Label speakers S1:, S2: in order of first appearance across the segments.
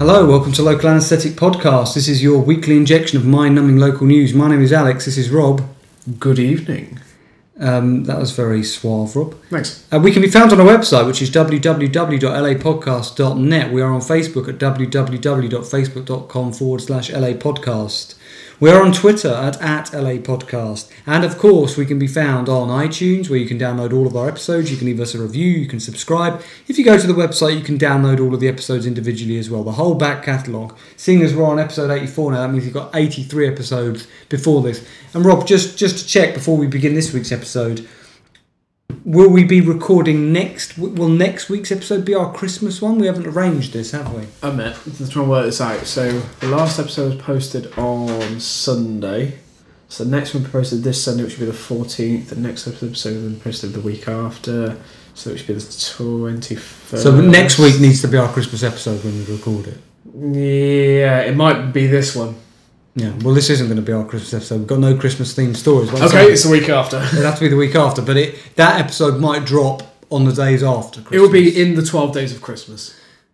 S1: Hello, welcome to Local Anaesthetic Podcast. This is your weekly injection of mind numbing local news. My name is Alex, this is Rob.
S2: Good evening.
S1: Um, that was very suave, Rob.
S2: Thanks.
S1: Uh, we can be found on our website, which is www.lapodcast.net. We are on Facebook at www.facebook.com forward slash lapodcast. We are on Twitter at, at lapodcast. And of course, we can be found on iTunes, where you can download all of our episodes. You can leave us a review, you can subscribe. If you go to the website, you can download all of the episodes individually as well, the whole back catalogue. Seeing as we're on episode 84 now, that means you've got 83 episodes before this. And Rob, just, just to check before we begin this week's episode, Will we be recording next? Will next week's episode be our Christmas one? We haven't arranged this, have we?
S2: I meant to try and work this out. So the last episode was posted on Sunday. So the next one posted this Sunday, which would be the fourteenth. The next episode then posted the week after. So it should be the twenty first.
S1: So next week needs to be our Christmas episode when we record it.
S2: Yeah, it might be this one.
S1: Yeah. Well, this isn't going to be our Christmas episode. We've got no Christmas themed stories. One
S2: Okay,
S1: second.
S2: it's the week after.
S1: It'll have to be the week after, but it that episode might drop on the days after. Christmas.
S2: It will be in the twelve days of Christmas.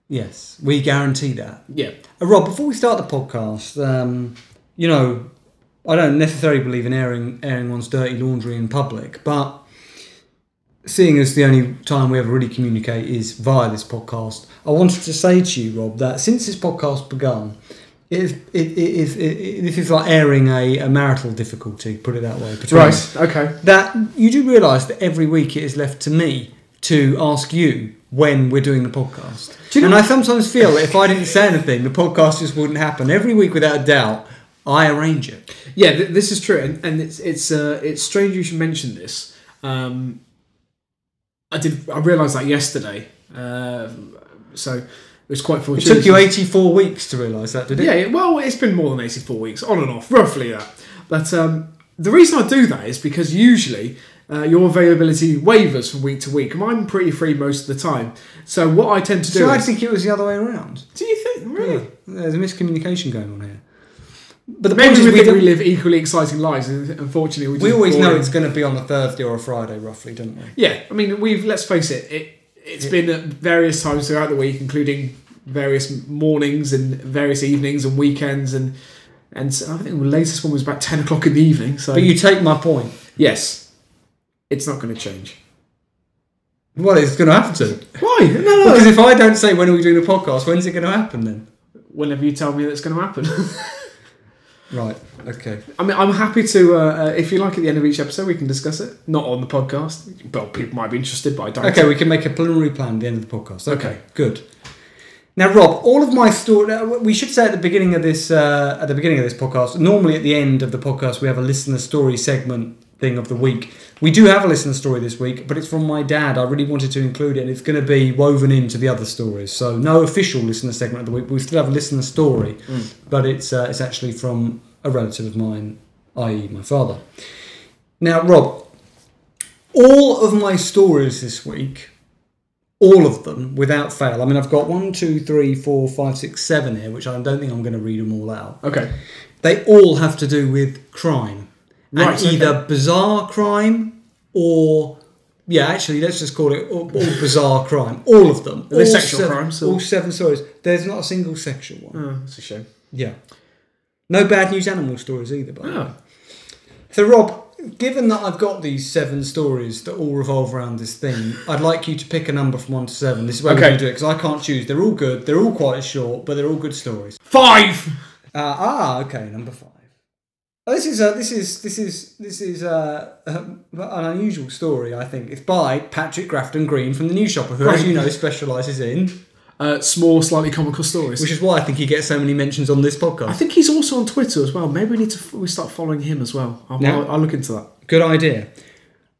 S1: Yes, we guarantee that.
S2: Yeah.
S1: Uh, Rob, before we start the podcast, um, you know, I don't necessarily believe in airing airing one's dirty laundry in public, but seeing as the only time we ever really communicate is via this podcast, I wanted to say to you, Rob, that since this podcast begun, it is, it, it is it, it, this is like airing a, a marital difficulty, put it that way. between us
S2: Right. Okay.
S1: that you do realise that every week it is left to me to ask you when we're doing the podcast.
S2: Do you know-
S1: and I sometimes feel that if I didn't say anything, the podcast just wouldn't happen. Every week, without a doubt, I arrange it.
S2: Yeah, th- this is true, and, and it's it's uh, it's strange you should mention this. Um, I did. I realised that yesterday, Um so it was quite
S1: It
S2: fortunate.
S1: took you 84 weeks to realise that, did it?
S2: Yeah, yeah, well, it's been more than eighty-four weeks, on and off, roughly that. But um, the reason I do that is because usually uh, your availability wavers from week to week. and I'm pretty free most of the time, so what I tend to do.
S1: So I
S2: is- Hmm.
S1: think it was the other way around.
S2: do you think really?
S1: There's a miscommunication going on here. But the point
S2: Maybe
S1: is,
S2: we
S1: we,
S2: think we
S1: don't-
S2: live equally exciting lives, and unfortunately, we,
S1: we
S2: just
S1: always know
S2: boring.
S1: it's going to be on a Thursday or a Friday, roughly, don't we?
S2: Yeah, I mean, we've let's face it, it it's been at various times throughout the week, including various mornings and various evenings and weekends, and and so I think the latest one was about ten o'clock in the evening. So
S1: But you take my point.
S2: yes, it's not going to change.
S1: Well, it's going to have to.
S2: Why? No, no,
S1: Because if I don't say when are we doing the podcast, when's it going to happen then?
S2: Whenever you tell me that's going to happen,
S1: Right, okay.
S2: I mean, I'm happy to. Uh, uh, if you like, at the end of each episode, we can discuss it. Not on the podcast, but people might be interested. But I don't.
S1: Okay, we can make a preliminary plan at the end of the podcast. Okay,
S2: Okay.
S1: good. Now, Rob, all of my story. now, We should say at the beginning of this, uh, at the beginning of this podcast. Normally, at the end of the podcast, we have a listener story segment thing of the week. We do have a listener story this week, but it's from my dad. I really wanted to include it, and it's going to be woven into the other stories. So, no official listener segment of the week. but We still have a listener story, but it's uh, it's actually from a relative of mine, i.e., my father. Now, Rob, all of my stories this week, all of them without fail. I mean, I've got one, two, three, four, five, six, seven here, which I don't think I'm going to read them all out.
S2: Okay.
S1: They all have to do with crime,
S2: Right,
S1: and
S2: okay.
S1: either bizarre crime or yeah, actually, let's just call it all, all bizarre crime. All of them.
S2: Are they
S1: All
S2: sexual
S1: seven-
S2: crimes or-
S1: All seven stories. There's not a single sexual one.
S2: Oh, that's a shame.
S1: Yeah. No bad news animal stories either, by the way.
S2: Oh.
S1: So, Rob, given that I've got these seven stories that all revolve around this theme, I'd like you to pick a number from one to seven. This is where we're
S2: Okay.
S1: going to do it because I can't choose. They're all good. They're all quite short, but they're all good stories.
S2: Five.
S1: Uh, ah, okay, number five. Oh, this is a, this is this is this is uh, um, an unusual story. I think it's by Patrick Grafton Green from the New Shopper, who, as
S2: Right.
S1: you know, specialises in,
S2: Uh, small, slightly comical stories.
S1: which is why I think he gets so many mentions on this
S2: I
S1: podcast.
S2: think he's also on Twitter as well. Maybe we need to f- we start following him as well. I'll,
S1: Yeah.
S2: I'll, I'll look into that.
S1: Good idea.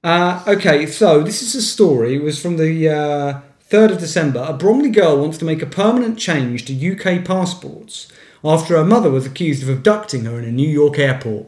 S1: Uh, okay, so this is a story. It was from the uh, 3rd of December. A Bromley girl wants to make a permanent change to UK passports after her mother was accused of abducting her in a New York airport.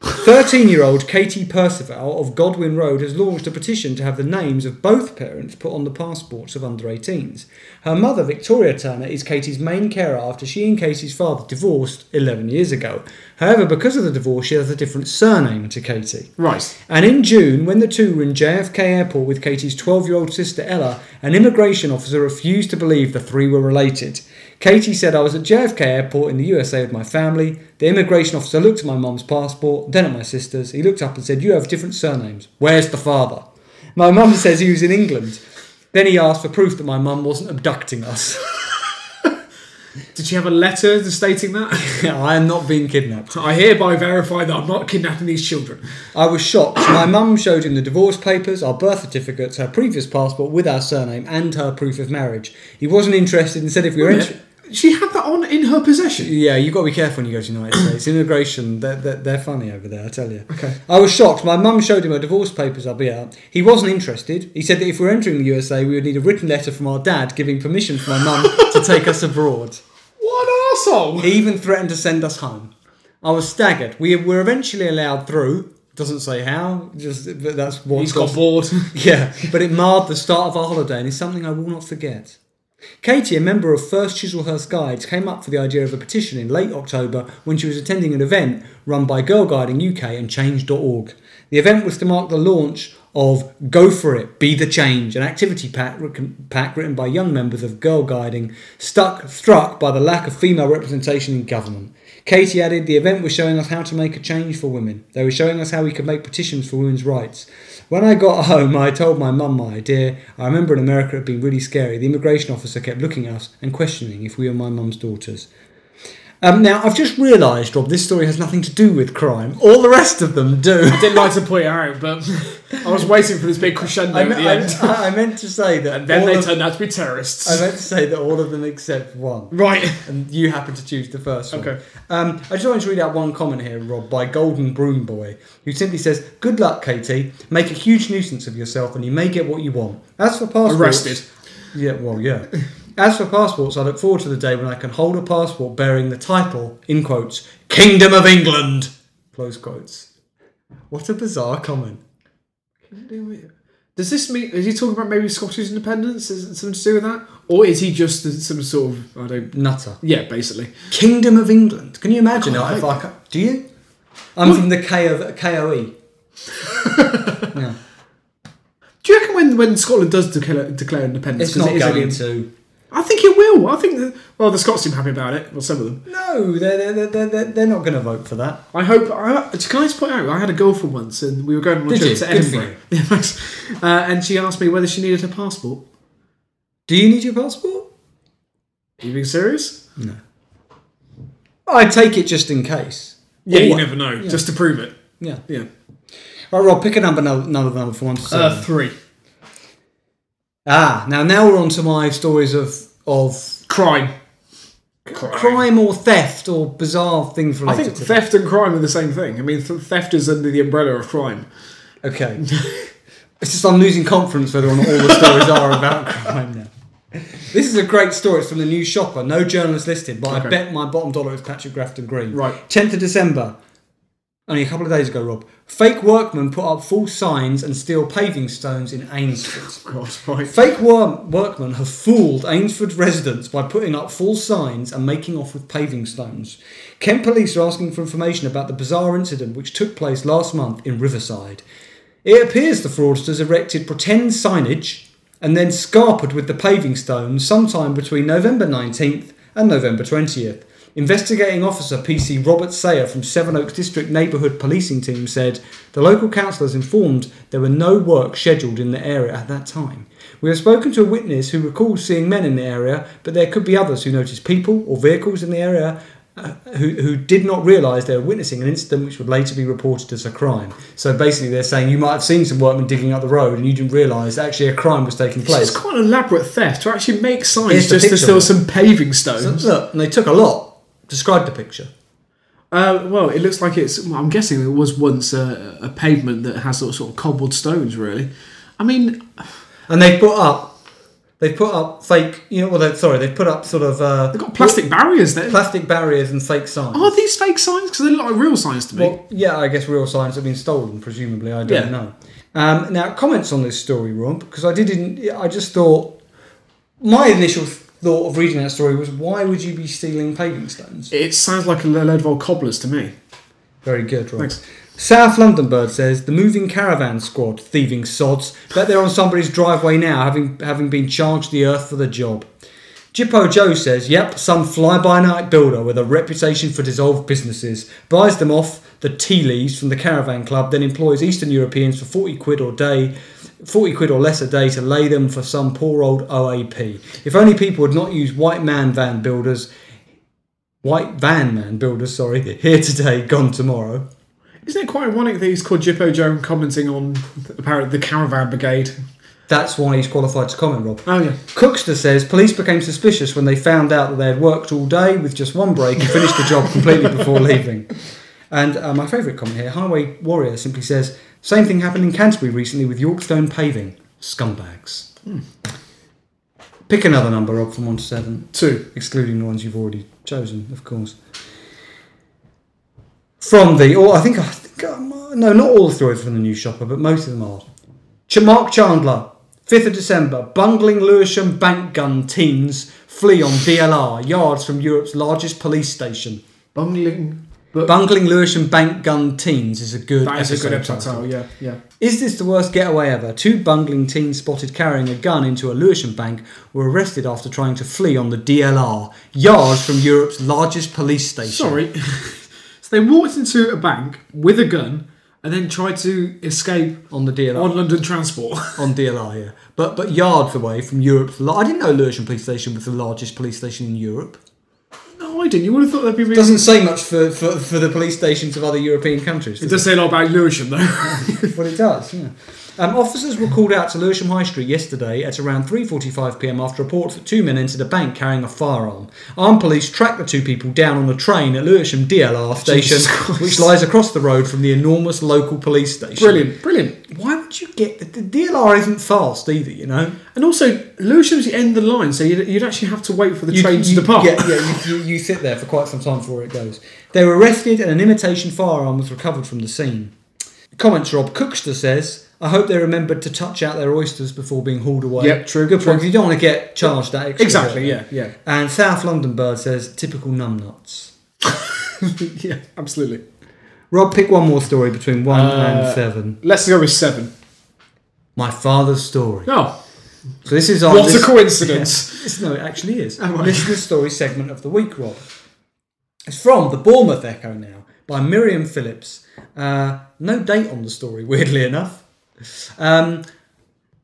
S1: 13 year old Katie Percival of Godwin Road has launched a petition to have the names of both parents put on the passports of under 18s. Her mother, Victoria Turner, is Katie's main carer after she and Katie's father divorced 11 years ago. However, because of the divorce, she has a different surname to Katie.
S2: Right.
S1: And in June, when the two were in JFK Airport with Katie's 12 year old sister Ella, an immigration officer refused to believe the three were related. Katie said, I was at JFK Airport in the USA with my family. The immigration officer looked at my mum's passport, then at my sister's. He looked up and said, You have different surnames. Where's the father? My mum says he was in England. Then he asked for proof that my mum wasn't abducting us.
S2: Did she have a letter stating that?
S1: I am not being kidnapped.
S2: I hereby verify that I'm not kidnapping these children.
S1: I was shocked. My mum showed him the divorce papers, our birth certificates, her previous passport with our surname, and her proof of marriage. He wasn't interested and said if we were interested.
S2: She had that on in her possession.
S1: Yeah, you've got to be careful when you go to the United States. Immigration, they're, they're, they're funny over there, I tell you.
S2: Okay.
S1: I was shocked. My mum showed him her divorce papers, I'll be out. He wasn't interested. He said that if we were entering the USA, we would need a written letter from our dad giving permission for my mum to take us abroad.
S2: What an asshole!
S1: He even threatened to send us home. I was staggered. We were eventually allowed through. Doesn't say how, just but that's what
S2: He's got bored.
S1: Yeah, but it marred the start of our holiday and is something I will not forget. Katie, a member of First Chiselhurst Guides, came up with the idea of a petition in late October when she was attending an event run by Girl Guiding UK and Change.org. The event was to mark the launch of Go For It, Be The Change, an activity pack, pack written by young members of Girl Guiding, stuck, struck by the lack of female representation in government. Katie added, the event was showing us how to make a change for women. They were showing us how we could make petitions for women's rights. When I got home, I told my mum my idea. I remember in America it had been really scary. The immigration officer kept looking at us and questioning if we were my mum's daughters. Um, now, I've just realised, Rob, this story has nothing to do with crime. All the rest of them do.
S2: Didn't like to point it out, but I was waiting for this big crescendo
S1: I,
S2: at
S1: me-
S2: the
S1: I,
S2: end.
S1: I meant to say that.
S2: Then
S1: all
S2: they
S1: of-
S2: turned out to be terrorists.
S1: I meant to say that all of them except one.
S2: right.
S1: and you happen to choose the first one.
S2: Okay.
S1: Um, I just wanted to read out one comment here, Rob, by Golden Broom Boy, who simply says, "Good luck, Katie. Make a huge nuisance of yourself, and you may get what you want." As for passports,
S2: Arrested.
S1: Yeah, well, yeah. As for passports, I look forward to the day when I can hold a passport bearing the title in quotes "Kingdom of England." Close quotes. What a bizarre comment.
S2: Does this mean is he talking about maybe Scottish independence? Is it something to do with that, or is he just some sort of I don't?
S1: Nutter.
S2: Yeah, basically.
S1: Kingdom of England. Can you imagine
S2: God,
S1: that if
S2: I-
S1: I ca- do you? I'm from the K E. of KOE. yeah.
S2: Do you reckon when, when Scotland does declare, declare independence,
S1: It's
S2: 'cause
S1: not
S2: it is
S1: going
S2: only-
S1: to.
S2: I think it will. I think that, well, the Scots seem happy about it. Well, some of them.
S1: No, they're, they're, they're, they're, they're not going to vote for that.
S2: I hope. I, uh, can I just point out? I had a girlfriend once, and we were going on a
S1: Did
S2: trip
S1: you?
S2: to
S1: Good for
S2: Edinburgh. Yeah, thanks. Uh, and she asked me whether she needed her passport.
S1: Do you need your passport?
S2: Are you being serious?
S1: I take it just in case.
S2: Yeah, you
S1: Or-
S2: never know. Just to prove it.
S1: Yeah.
S2: Yeah.
S1: Right, Rob, pick a number, another, another number for one to seven.
S2: Uh, three.
S1: ah, now now we're on to my stories of of
S2: Crime.
S1: crime or theft or bizarre things
S2: I
S1: related
S2: think
S1: to
S2: theft and crime are the same thing. I mean, th- theft is under the umbrella of crime.
S1: Okay. it's just I'm losing confidence whether or not all the stories are about crime now. This is a great story. It's from the New Shopper. No journalist listed, but
S2: Okay.
S1: I bet my bottom dollar it's Patrick Grafton Green.
S2: Right.
S1: 10th of December. Only a couple of days ago, Rob. Fake workmen put up false signs and steal paving stones in Ainsford.
S2: God, right.
S1: Fake wor- workmen have fooled Ainsford residents by putting up false signs and making off with paving stones. Kent police are asking for information about the bizarre incident which took place last month in Riverside. It appears the fraudsters erected pretend signage and then scarpered with the paving stones sometime between November 19th and November 20th. Investigating officer PC Robert Sayer from Sevenoaks District Neighbourhood Policing Team said the local council has informed there were no work scheduled in the area at that time. We have spoken to a witness who recalls seeing men in the area, but there could be others who noticed people or vehicles in the area uh, who, who did not realise they were witnessing an incident which would later be reported as a crime. So basically, they're saying you might have seen some workmen digging up the road and you didn't realise actually a crime was taking
S2: It's
S1: place.
S2: quite an elaborate theft to actually make
S1: Here's
S2: signs
S1: the
S2: just to
S1: picture
S2: steal
S1: of it.
S2: some paving
S1: So,
S2: stones.
S1: look, and they took a lot. Describe the picture.
S2: Uh, well, it looks like it's. Well, I'm guessing it was once a, a pavement that has sort of, sort of cobbled stones. Really, I mean,
S1: And they put up, they put up fake, you know, well, they, sorry, they put up sort of uh,
S2: they've got plastic barriers there.
S1: plastic barriers and fake signs.
S2: Are these fake signs? Because they look like real signs to me.
S1: Well, yeah, I guess real signs have been stolen, presumably. I don't
S2: Yeah.
S1: know. Um, now, comments on this story, Rob, because I didn't. I just thought my initial th- thought of reading that story was why would you be stealing paving stones?
S2: It sounds like a load of old cobblers to me.
S1: Very good, Rob.
S2: Thanks.
S1: South London Bird says the moving caravan squad, thieving sods, bet they're on somebody's driveway now, having having been charged the earth for the job. Jippo Joe says, "Yep, some fly-by-night builder with a reputation for dissolved businesses buys them off the tea leaves from the caravan club, then employs Eastern Europeans for forty quid or day." 40 quid or less a day to lay them for some poor old OAP. If only people would not use white man van builders, white van man builders, sorry, here today, gone tomorrow.
S2: Isn't it quite ironic that he's called Jippo Joe commenting on apparently the caravan brigade?
S1: That's why he's qualified to comment, Rob.
S2: Oh yeah.
S1: Cookster says police became suspicious when they found out that they had worked all day with just one break and finished the job completely before leaving. And uh, my favourite comment here, Highway Warrior simply says, same thing happened in Canterbury recently with Yorkstone paving. Scumbags. Pick another number, Rob, from 1 to 7,
S2: Two.
S1: excluding the ones you've already chosen, of course. From the, or I think, I think, um, no, not all the stories from the new shopper, but most of them are. Ch- Mark Chandler, 5th of December. Bungling Lewisham bank gun teens flee on DLR, yards from Europe's largest police station.
S2: Bungling. But
S1: Bungling Lewisham bank gun teens is a good
S2: that is a good episode
S1: title.
S2: title. Yeah, yeah.
S1: Is this the worst getaway ever? Two bungling teens spotted carrying a gun into a Lewisham bank were arrested after trying to flee on the DLR, yards from Europe's largest police station.
S2: Sorry. so they walked into a bank with a gun and then tried to escape
S1: On the DLR.
S2: on London Transport.
S1: on DLR, yeah. But, but yards away from Europe's... lar- I didn't know Lewisham police station was the largest police station in Europe.
S2: no, I didn't. You would have thought that'd be really.
S1: doesn't say much for, for, for the police stations of other European countries.
S2: it
S1: does
S2: does say a lot about Lewisham though.
S1: it? Well, it does. Yeah. Um, officers were called out to Lewisham High Street yesterday at around 3:45 p.m. after reports that two men entered a bank carrying a firearm. Armed police tracked the two people down on a train at Lewisham DLR station,
S2: Jesus Christ.
S1: which lies across the road from the enormous local police station.
S2: brilliant, brilliant.
S1: Why would you get the, the DLR isn't fast either? You know,
S2: And also, Lewisham's the end of the line, so you'd, you'd actually have to wait for the
S1: You-
S2: train to
S1: you-
S2: depart.
S1: Yeah, yeah you, you, you sit there for quite some time before it goes. They were arrested and an imitation firearm was recovered from the scene. Comments Rob Cookster says, I hope they remembered to touch out their oysters before being hauled away.
S2: Yep, true,
S1: Good
S2: true.
S1: point. 'cause You don't want to get charged that extra.
S2: Exactly,
S1: bit.
S2: yeah, yeah.
S1: And South London Bird says, typical numbnuts.
S2: yeah, absolutely.
S1: Rob, pick one more story between one and
S2: Uh,
S1: seven.
S2: Let's go with seven.
S1: My father's story.
S2: Oh,
S1: So this is our
S2: what
S1: list-
S2: a coincidence!
S1: Yes. No, it actually is.
S2: Oh, right.
S1: Listener story segment of the week, Rob. It's from the Bournemouth Echo now by Miriam Phillips. Uh, no date on the story, weirdly enough. Um,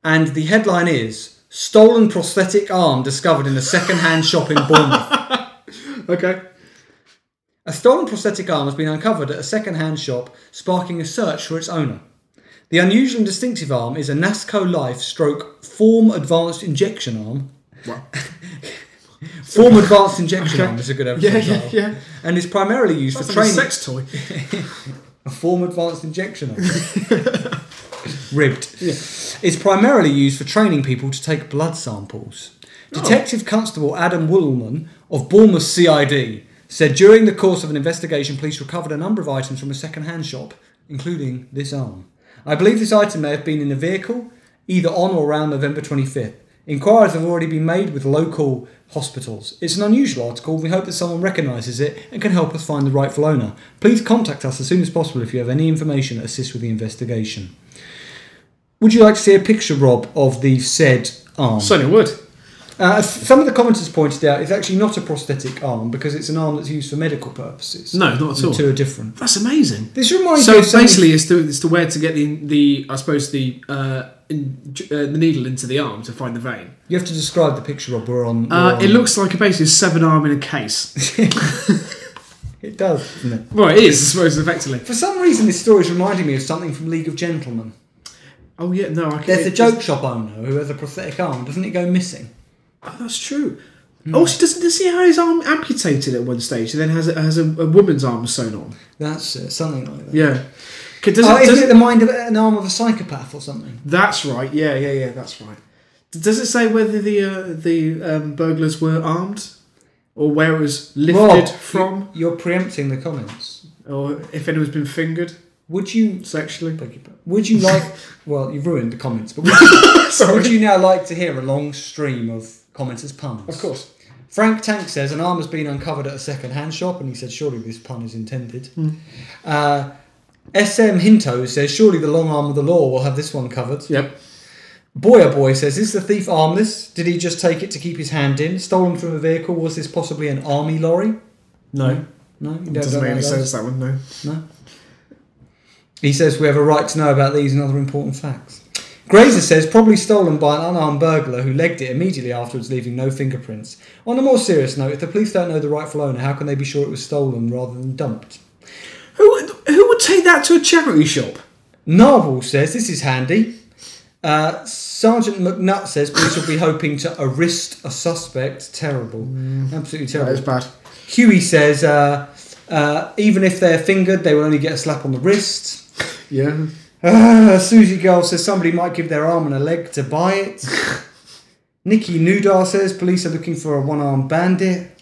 S1: and the headline is Stolen prosthetic arm discovered in a second hand shop in Bournemouth.
S2: Okay.
S1: A stolen prosthetic arm has been uncovered at a second-hand shop, sparking a search for its owner. The unusual and distinctive arm is a NASCO Life stroke Form Advanced Injection Arm.
S2: What?
S1: Form Advanced Injection
S2: Okay.
S1: Arm is a good
S2: Yeah,
S1: episode
S2: yeah,
S1: title.
S2: yeah.
S1: And is primarily used
S2: That's
S1: for
S2: like a
S1: training.
S2: sex toy.
S1: A form advanced injection arm. Ribbed. It's primarily used for training people to take blood samples. Detective Constable Adam Woolman of Bournemouth CID said during the course of an investigation, police recovered a number of items from a second-hand shop, including this arm. I believe this item may have been in a vehicle, either on or around November 25th. Inquiries have already been made with local hospitals. It's an unusual article. We hope that someone recognises it and can help us find the rightful owner. Please contact us as soon as possible if you have any information that assists with the investigation. Would you like to see a picture, Rob, of the said arm?
S2: Certainly would.
S1: Uh, as some of the commenters pointed out it's actually not a prosthetic arm because it's an arm that's used for medical purposes.
S2: No, not at
S1: The
S2: all.
S1: two are different.
S2: That's amazing.
S1: This reminds
S2: So
S1: me of something-
S2: basically, it's to, it's to where to get the, the I suppose the uh, in, uh, the needle into the arm to find the vein.
S1: you have to describe the picture, Rob. We're on. we're
S2: Uh,
S1: on-
S2: it looks like a basically seven arm in a case.
S1: It does, doesn't it?
S2: well, it is, I suppose, effectively.
S1: For some reason, this story is reminding me of something from League of Gentlemen.
S2: Oh yeah, no, I can.
S1: There's a
S2: it's-
S1: joke shop owner who has a prosthetic arm. Doesn't it go missing?
S2: Oh, that's true. Also, doesn't does he have his arm amputated at one stage? And then has a, has a, a woman's arm sewn on.
S1: That's it, something like that.
S2: Yeah. 'Kay, Does
S1: Oh,
S2: it, does
S1: isn't it
S2: it,
S1: the mind of an arm of a psychopath or something?
S2: that's right. Yeah, yeah, yeah. That's right. D- Does it say whether the uh, the um, burglars were armed, or where it was lifted
S1: Rob,
S2: from,
S1: you- You're preempting the comments.
S2: or if anyone's been fingered
S1: Would you
S2: sexually?
S1: Beg your pardon. Would you like? well, you've ruined the comments, but would you, would you now like to hear a long stream of comments as puns.
S2: Of course.
S1: Frank Tank says an arm has been uncovered at a second-hand shop, and he said, "Surely this pun is intended."
S2: Hmm.
S1: Uh, SM Hinto says, "Surely the long arm of the law will have this one covered."
S2: Yep.
S1: Boyer Boy says, "Is the thief armless? Did he just take it to keep his hand in? Stolen from a vehicle? Was this possibly an army lorry?"
S2: Mm-hmm. No.
S1: No, you don't
S2: It doesn't
S1: know
S2: make any
S1: about those.
S2: sense, that one, no.
S1: No. He says we have a right to know about these and other important facts. Grazer says probably stolen by an unarmed burglar who legged it immediately afterwards, leaving no fingerprints. On a more serious note, if the police don't know the rightful owner, how can they be sure it was stolen rather than dumped?
S2: Who, would- who would take that to a charity shop?
S1: Narvel says this is handy. Uh, Sergeant McNutt says police will be hoping to arrest a suspect. Terrible, absolutely
S2: That
S1: terrible.
S2: is bad.
S1: Huey says uh, uh, even if they're fingered, they will only get a slap on the wrist.
S2: Yeah.
S1: Ah, Susie Girl says somebody might give their arm and a leg to buy it. Nikki Nudar says police are looking for a one armed bandit.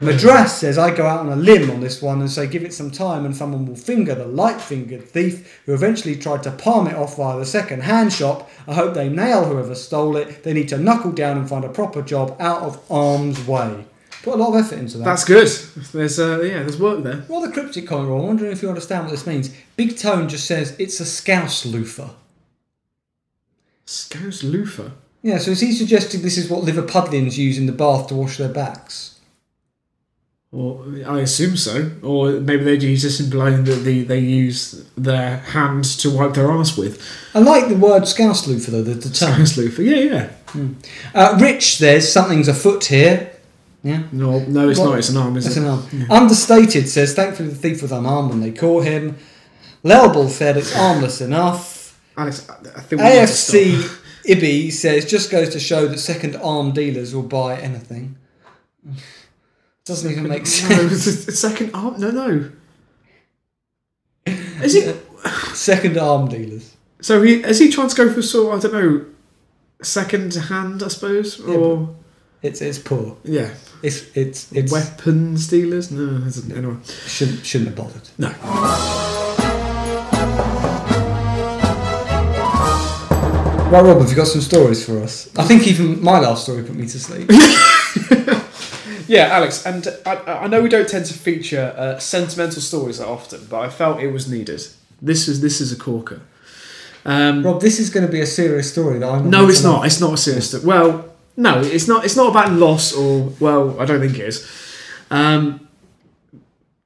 S1: Madras says I go out on a limb on this one and say give it some time and someone will finger the light fingered thief who eventually tried to palm it off via the second hand shop. I hope they nail whoever stole it. They need to knuckle down and find a proper job out of harm's way. Put a lot of effort into that.
S2: That's good. There's, uh, yeah, there's work there.
S1: Rather cryptic comment, Rob. I'm wondering if you understand what this means. Big Tone just says it's a scouse loofah.
S2: Scouse loofah.
S1: Yeah, so is he suggesting this is what Liverpudlians use in the bath to wash their backs?
S2: Or I assume so. Or maybe they use this implying that the, they use their hands to wipe their ass with.
S1: I like the word scouse loofah, though, the, the term.
S2: Scouse loofah. Yeah, yeah.
S1: Uh, Rich says something's afoot here. Yeah.
S2: No, no, it's
S1: What-
S2: not. It's an arm, is
S1: That's
S2: it?
S1: an arm. Understated says thankfully the thief was unarmed when they caught him. Lelbel said it's armless enough.
S2: Alex, I I think we need to
S1: AFC
S2: stop.
S1: Ibby says just goes to show that second arm dealers will buy anything. Doesn't even make
S2: No,
S1: sense.
S2: it's a- a second arm. No, no. Is he?
S1: second arm dealers.
S2: So he is he trying to go for sort? of, I don't know. Second hand, I suppose, or
S1: It's it's poor.
S2: yeah,
S1: It's it's it's
S2: weapons dealers. No, that's- anyway.
S1: shouldn't shouldn't have bothered.
S2: No.
S1: Right, Rob, have you got some stories for us? I think even my last story put me to sleep.
S2: Yeah, Alex, and I, I know we don't tend to feature uh, sentimental stories that often, but I felt it was needed. This is this is a corker. Um,
S1: Rob, this is going to be a serious story that I'm.
S2: no, it's not. It's not a serious. sto- Well, no, it's not. It's not about loss or well, I don't think it is. Um,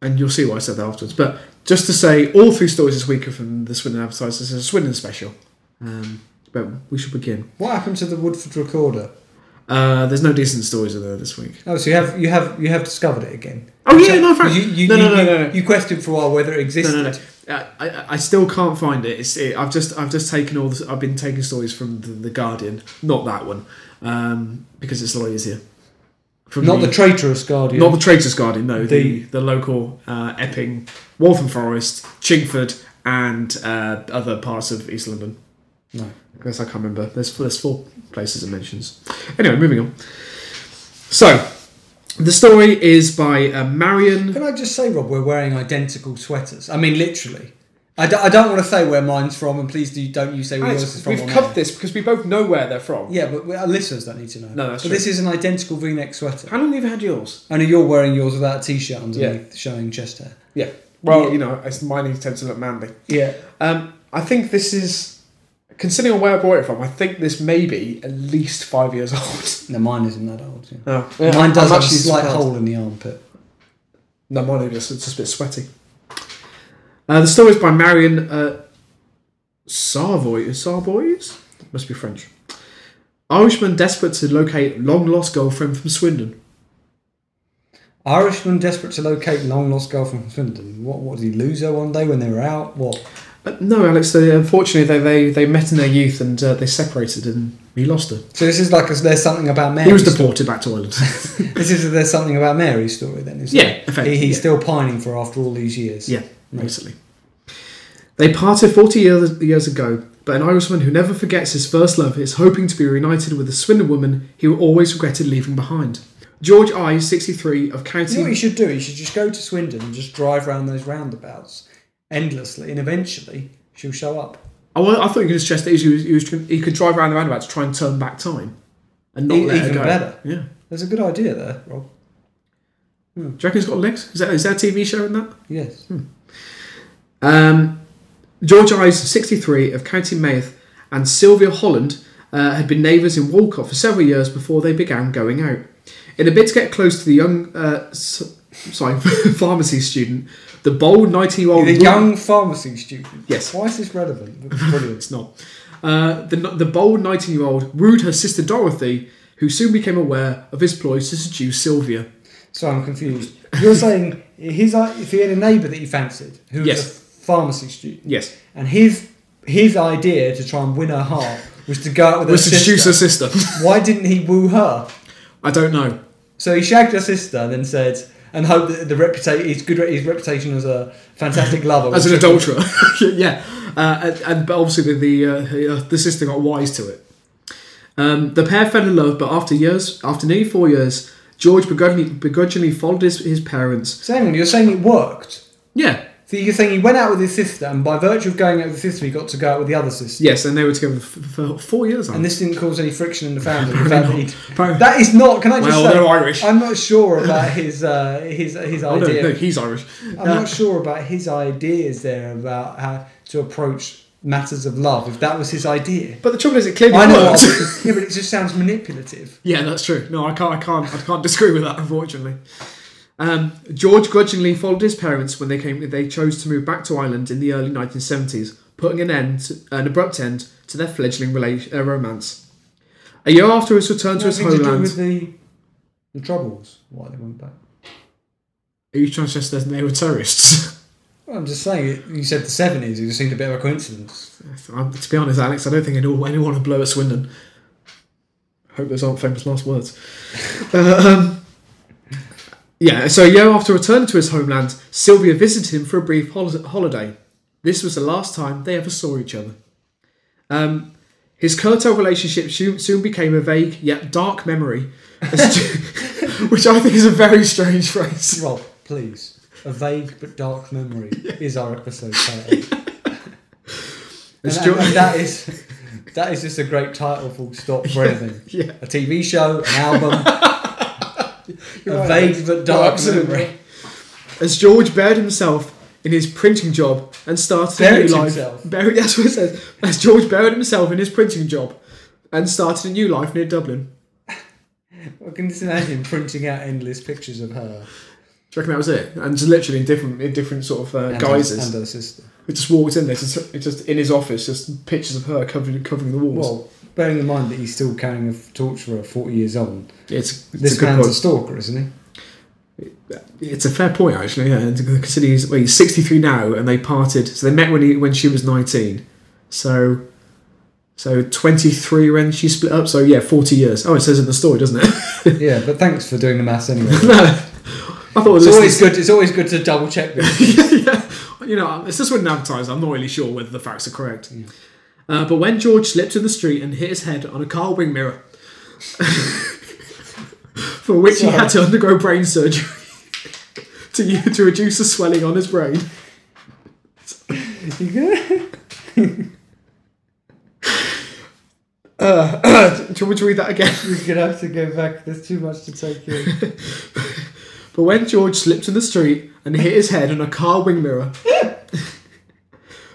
S2: and you'll see why I said that afterwards. But just to say, all three stories this week are from the Swindon Advertisers. It's a Swindon special. Um, but we should begin.
S1: What happened to the Woodford recorder?
S2: Uh, there's no decent stories in there this week.
S1: Oh, so you have you have you have discovered it again?
S2: Oh,
S1: You
S2: yeah,
S1: said-
S2: no, fair-
S1: you, you,
S2: no,
S1: you,
S2: no, no,
S1: you,
S2: no, no.
S1: you questioned for a while whether it existed.
S2: No, no, no. I, I, I still can't find it. It's it, I've just I've just taken all this. I've been taking stories from the, the Guardian, not that one, um, because it's a lot easier. From
S1: Not the traitorous guardian.
S2: not the Traitors Guardian, no.
S1: The-
S2: The the local uh, Epping, Waltham Forest, Chingford, and uh, other parts of East London.
S1: No.
S2: I guess I can't remember. There's there's four places it mentions. Anyway, moving on. So, the story is by uh, Marion.
S1: Can I just say, Rob, we're wearing identical sweaters? I mean, literally. I, d- I don't want to say where mine's from, and please do, don't you say where yours is from.
S2: we've
S1: on air.
S2: covered this because we both know where they're from.
S1: Yeah, but we, our listeners don't need to know.
S2: No, that's
S1: But
S2: true.
S1: this is an identical V-neck sweater.
S2: How long have you had yours?
S1: Only you're wearing yours without a t-shirt underneath, showing chest hair.
S2: Yeah. Well,
S1: Yeah.
S2: you know, it's mine tends to look manly.
S1: Yeah.
S2: Um, I think this is, considering where I bought it from, I think this may be at least five years old. Uh,
S1: No, mine isn't that old. Oh. Yeah.
S2: No,
S1: mine does have a slight hole in the armpit.
S2: No, mine is. It's just a bit sweaty. Uh, the story is by Marion uh, Sarvoy. Sarvoys? Must be French. Irishman desperate to locate long lost girlfriend from Swindon.
S1: Irishman desperate to locate long lost girlfriend from Swindon. What, what did he lose her one day when they were out? What?
S2: Uh, no, Alex. They, unfortunately, they, they they met in their youth and uh, they separated and he lost her.
S1: So this is like a, there's something about Mary.
S2: He was deported back to Ireland.
S1: This is there's something about Mary's story then. Is
S2: Yeah, effectively,
S1: he, he's
S2: yeah.
S1: still pining for after all these years.
S2: Yeah, basically. They parted 40 years, years ago, but an Irishman who never forgets his first love is hoping to be reunited with a Swindon woman he always regretted leaving behind. George I, 63,
S1: You
S2: of
S1: know what
S2: County.
S1: you should do? You should just go to Swindon and just drive round those roundabouts endlessly, and eventually she'll show up.
S2: Oh, well, I thought you could just suggest that he, was, he, was, he could drive around the roundabout to try and turn back time. and not
S1: E-
S2: let her
S1: even
S2: go.
S1: better.
S2: Yeah.
S1: There's a good idea there, Rob.
S2: Do you reckon it's got legs? Is that is that a TV show in that?
S1: Yes.
S2: Hmm. Um, George Ives, 63, of County Meath, and Sylvia Holland uh, had been neighbours in Walcott for several years before they began going out. In a bid to get close to the young, uh, s- sorry, pharmacy student, the bold 19 year old.
S1: The young pharmacy student.
S2: Yes.
S1: Why is this relevant? Brilliant.
S2: It's not. Uh, the, the bold 19 year old wooed her sister Dorothy, who soon became aware of his ploys to seduce Sylvia.
S1: so I'm confused. You're saying his uh, if he had a neighbour that he fancied who was
S2: Yes.
S1: a pharmacy student,
S2: Yes.
S1: and his his idea to try and win her heart was to go out with her
S2: Was to seduce
S1: Oh, sister.
S2: her sister.
S1: Why didn't he woo her?
S2: I don't know.
S1: So he shagged her sister and then said, and hoped that the reputation, his good, re- his reputation as a fantastic lover,
S2: as
S1: would
S2: an
S1: just-
S2: adulterer. yeah, uh, and, and but obviously the the, uh, the sister got wise to it. Um, the pair fell in love, but after years, after nearly four years, George begrudgingly, begrudgingly followed his, his parents.
S1: So hang on, you're saying it worked.
S2: Yeah,
S1: So you're saying he went out with his sister, and by virtue of going out with his sister, he got to go out with the other sister.
S2: yes, and they were together for, for four years.
S1: And
S2: And
S1: this didn't cause any friction in the family. the fact that he'd-
S2: Apparently-
S1: that is not. Can I just
S2: Well,
S1: say?
S2: they're Irish.
S1: I'm not sure about his uh, his his
S2: oh, no,
S1: idea.
S2: no, he's Irish. Uh,
S1: I'm not sure about his ideas there about how to approach matters of love. If that was his idea,
S2: But the trouble is, it clearly
S1: I know.
S2: worked.
S1: yeah, but it just sounds manipulative.
S2: Yeah, that's true. No, I can't. I can't. I can't disagree with that. Unfortunately, um, George grudgingly followed his parents when they came. They chose to move back to Ireland in the early 1970s, putting an end, an abrupt end to their fledgling rela- uh, romance. A year after his return to his
S1: Nothing to do
S2: homeland,
S1: with the the troubles. Why they went back?
S2: are you trying to suggest that they were terrorists?
S1: Well, I'm just saying. it- You said the seventies. It just seemed a bit of a coincidence.
S2: i to be honest, Alex, I don't think anyone, anyone would blow at Swindon. Hope those aren't famous last words. um, yeah, so a year after returning to his homeland, Sylvia visited him for a brief hol- holiday. This was the last time they ever saw each other. Um, his curtailed relationship soon, soon became a vague yet dark memory, as to- which I think is a very strange phrase.
S1: Rob, please. A vague but dark memory is our episode title. And,
S2: It's
S1: and-
S2: jo-
S1: and that is that is just a great title full stop for anything.
S2: yeah.
S1: A TV show, an album,
S2: You're
S1: a
S2: right,
S1: vague but dark
S2: absolutely
S1: memory.
S2: as George buried himself in his printing job and started
S1: Buried
S2: a new
S1: himself?
S2: life. Buried, that's what it says. As George buried himself in his printing job and started a new life near Dublin.
S1: I can just imagine printing out endless pictures of her
S2: Do you reckon that was it? And just literally in different, in different sort of uh,
S1: and
S2: guises.
S1: her, and uh, her sister.
S2: It just walked in there, just, it just in his office, just pictures of her covering covering the walls.
S1: Well, bearing in mind that he's still carrying a f- torturer forty years on,
S2: it's it's
S1: this
S2: a good
S1: man's a
S2: point.
S1: stalker, isn't he?
S2: It's a fair point actually. Yeah, and consider he's, well, he's sixty three now, and they parted. So they met when he when she was nineteen. So. So twenty three when she split up. So yeah, forty years. Oh, it says in the story, doesn't it?
S1: Yeah, but thanks for doing the maths anyway.
S2: No, I thought
S1: It's
S2: this
S1: always good. It's always good to double check this.
S2: yeah, you know, it's just wouldn't advertise. I'm not really sure whether the facts are correct. Uh, but when George slipped in the street and hit his head on a car wing mirror, for which he had to undergo brain surgery to u- to reduce the swelling on his brain.
S1: You good?
S2: Uh, do you want me to read that again?
S1: You're gonna have to go back. There's too much to take in.
S2: But when George slipped in the street and hit his head on a car wing mirror,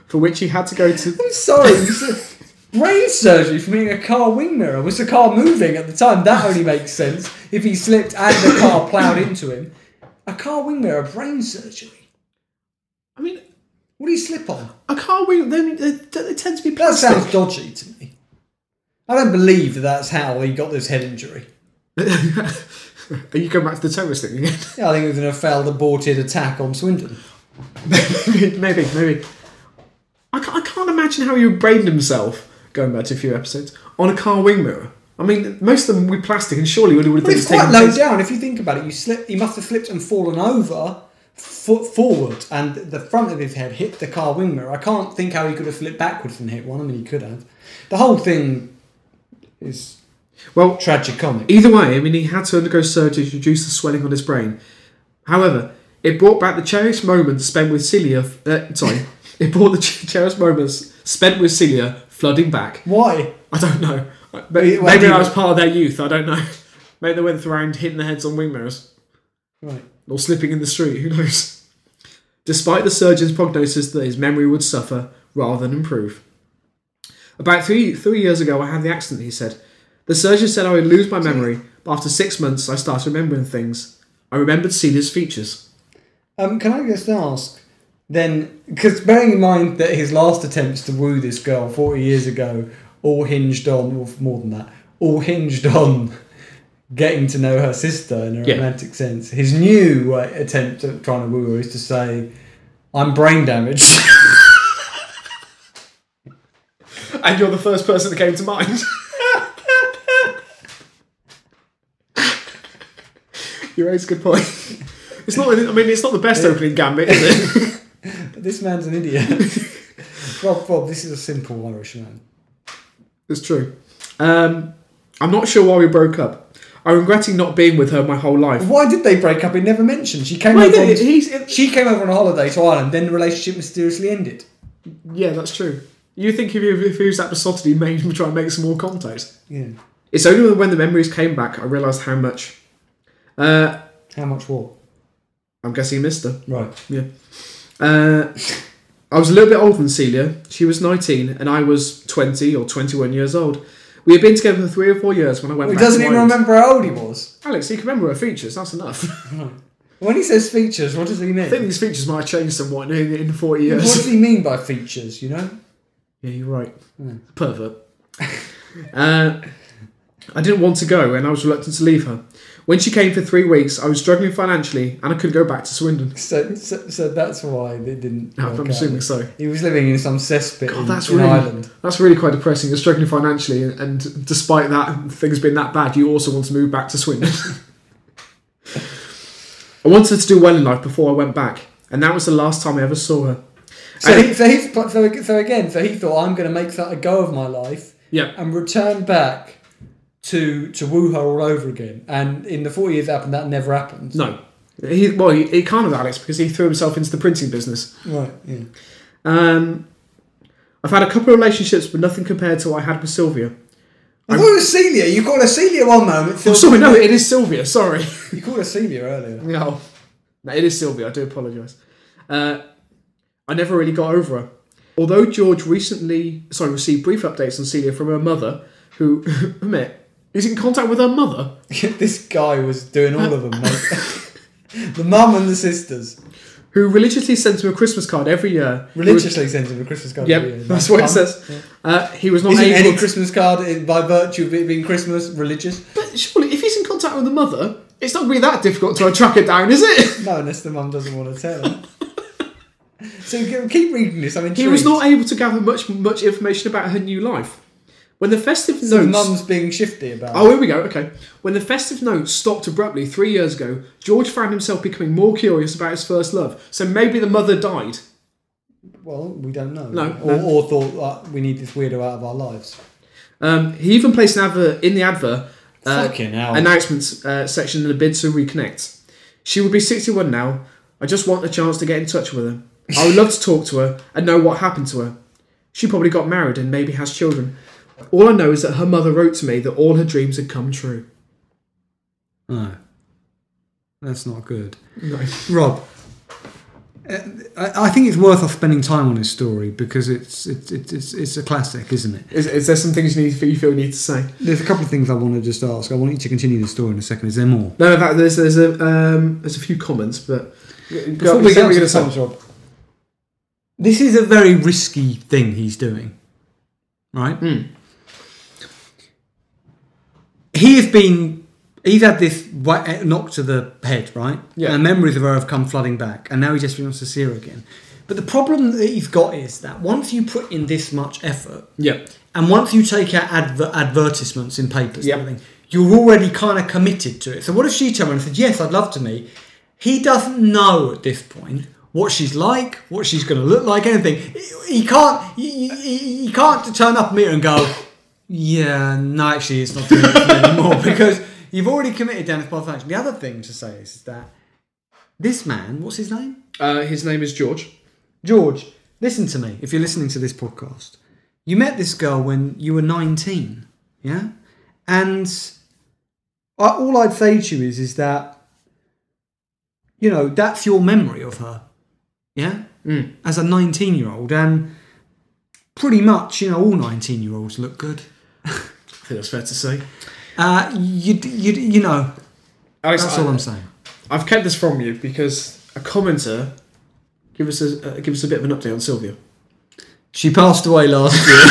S2: for which he had to go to
S1: I'm sorry. you said- Brain surgery from hitting a car wing mirror. Was the car moving at the time? That only makes sense if he slipped and the car ploughed into him. A car wing mirror, brain surgery.
S2: I mean,
S1: What do you slip on?
S2: a car wing. They, they, they tend to be
S1: That
S2: plastic.
S1: sounds dodgy to me. I don't believe that that's how he got this head injury.
S2: Are you going back to the terrorist thing again?
S1: Yeah, I think it was in a failed aborted attack on Swindon.
S2: maybe, maybe, maybe. I can't, I can't imagine how he brained himself, going back to a few episodes, on a car wing mirror. I mean, most of them were plastic, and surely would have
S1: But
S2: been
S1: it's quite
S2: taken.
S1: low down. If you think about it, you slip. He must have slipped and fallen over, foot forward, and the front of his head hit the car wing mirror. I can't think how he could have flipped backwards and hit one. I mean, he could have. The whole thing is
S2: Well,
S1: tragicomic.
S2: either way, I mean, he had to undergo surgery to reduce the swelling on his brain. However, it brought back the cherished moments spent with Celia. Uh, sorry, it brought the ch- cherished moments spent with Celia flooding back.
S1: Why?
S2: I don't know. Maybe,
S1: Well,
S2: maybe
S1: I
S2: I was part of their youth. I don't know. Maybe they went around hitting their heads on wing mirrors
S1: Right.
S2: or slipping in the street. Who knows? Despite the surgeon's prognosis that his memory would suffer rather than improve. About three three years ago, I had the accident. He said, "The surgeon said I would lose my memory, but after six months, I started remembering things. I remembered Celia's features.
S1: Um, can I just ask then? Because bearing in mind that his last attempts to woo this girl 40 years ago all hinged on, or more than that, all hinged on getting to know her sister in a
S2: Yeah.
S1: romantic sense. His new uh, attempt at trying to woo her is to say, I'm brain damaged.
S2: And you're the first person that came to mind. you raise a good point. It's not. I mean, it's not the best opening gambit, is it?
S1: this man's an idiot. Rob, Rob, this is a simple Irish man.
S2: it's true. Um, I'm not sure why we broke up. I'm regretting not being with her my whole life.
S1: Why did they break up? It never mentioned. She came
S2: Wait,
S1: over. On,
S2: he's,
S1: she came over on a holiday to Ireland. Then the relationship mysteriously ended.
S2: yeah, that's true. You think if you if he was that besotted, he made him try and make some more contacts.
S1: Yeah.
S2: It's only when the memories came back I realised how much. Uh,
S1: How much war?
S2: I'm guessing he missed her.
S1: Right.
S2: Uh, I was a little bit older than Celia. She was 19 and I was 20 or 21 years old. We had been together for three or four years when I went
S1: He
S2: back
S1: doesn't
S2: to
S1: even
S2: Ireland.
S1: remember how old he was.
S2: Alex, you can remember her features, that's enough.
S1: When he says features, what does he mean?
S2: I think these features might have changed somewhat in, in 40
S1: what
S2: years.
S1: does he mean by features, you know?
S2: yeah, you're right.
S1: Hmm.
S2: Pervert. uh, I didn't want to go and I was reluctant to leave her. When she came for three weeks, I was struggling financially and I couldn't go back to Swindon.
S1: So, so, so that's why they didn't. work
S2: I'm
S1: out.
S2: assuming so.
S1: He was living in some cesspit
S2: God,
S1: in,
S2: that's
S1: in
S2: really
S1: Ireland.
S2: that's really quite depressing. You're struggling financially, and, and despite that things being that bad, you also want to move back to Swindon. I wanted to do well in life before I went back, and that was the last time I ever saw her.
S1: So,
S2: And-
S1: he, so, he's, pl- so, so again, so he thought, I'm going to make that a go of my life
S2: yeah,
S1: and return back to to woo her all over again. And in the 40 years that happened, that never happened.
S2: no, he well he, he can't have Alex because he threw himself into the printing business.
S1: Right, yeah.
S2: Um, I've had a couple of relationships, but nothing compared to what I had with Sylvia.
S1: I thought it was Celia. You called her Celia one moment.
S2: Oh, sorry, no, it is Sylvia. Sorry.
S1: You called her Celia earlier.
S2: No, no it is Sylvia. I do apologise. Uh, I never really got over her. Although George recently, sorry, received brief updates on Celia from her mother, who, admit, is in contact with her mother.
S1: this guy was doing all of them, mate. the mum and the sisters.
S2: Who religiously sends him a Christmas card every year.
S1: Religiously sends him a Christmas card.
S2: Yep,
S1: every year.
S2: that's what
S1: Fun.
S2: it says. Uh, he was not
S1: Isn't
S2: able.
S1: any
S2: to,
S1: Christmas card in- by virtue of it being Christmas religious?
S2: but surely, if he's in contact with the mother, it's not going to be that difficult to track her down, is it?
S1: No, unless the mum doesn't want to tell him. so g- keep reading this. I'm intrigued.
S2: He was not able to gather much much information about her new life. When the festive
S1: So the
S2: notes-
S1: mum's being shifty about.
S2: Oh, here we go. Okay. When the festive note stopped abruptly three years ago, George found himself becoming more curious about his first love. So maybe the mother died.
S1: it. Well, we don't know.
S2: No,
S1: or,
S2: no.
S1: or thought uh, we need this weirdo out of our lives.
S2: Um, he even placed an advert in the advert uh,
S1: Fucking hell.
S2: announcements uh, section in a bid to reconnect. She would be 61 now. I just want a chance to get in touch with her. I would love to talk to her and know what happened to her. She probably got married and maybe has children. All I know is that her mother wrote to me that all her dreams had come true.
S1: No, that's not good.
S2: No.
S1: Rob, uh, I I think it's worth us spending time on this story because it's it's it's it's, it's a classic, isn't it?
S2: Is, is there some things you, need, you feel you need to say?
S1: There's a couple of things I want to just ask. I want you to continue the story in a second. Is there more?
S2: No, in fact, there's there's a um, there's a few comments, but
S1: Before we get to the songs, Rob, this is a very risky thing he's doing, right? He has been, he's had this wha- knock to the head, right?
S2: Yeah.
S1: And memories of her have come flooding back, and now he just wants to see her again. But the problem that he's got is that once you put in this much effort,
S2: yeah,
S1: and once you take out adver- advertisements in papers,
S2: Yep.
S1: and everything, you're already kind of committed to it. So what if she turned around and said, "Yes, I'd love to meet"? He doesn't know at this point what she's like, what she's going to look like, anything. He- He can't. He, he, he can't turn up and meet her and go, "Yeah, no, actually, it's not doing it for me anymore," because you've already committed down this path. of action. The other thing to say is that this man, what's his name?
S2: uh, his name is George.
S1: George, listen to me. If you're listening to this podcast, you met this girl when you were 19. Yeah, and I, all I'd say to you is is that you know that's your memory of her. Yeah, as a nineteen-year-old, and pretty much you know all nineteen-year-olds look good.
S2: I think that's fair to say.
S1: Uh, you you you know
S2: Alex,
S1: that's
S2: I,
S1: all I'm saying.
S2: I've kept this from you because a commenter give us a uh, give us a bit of an update on Sylvia.
S1: She passed away last year.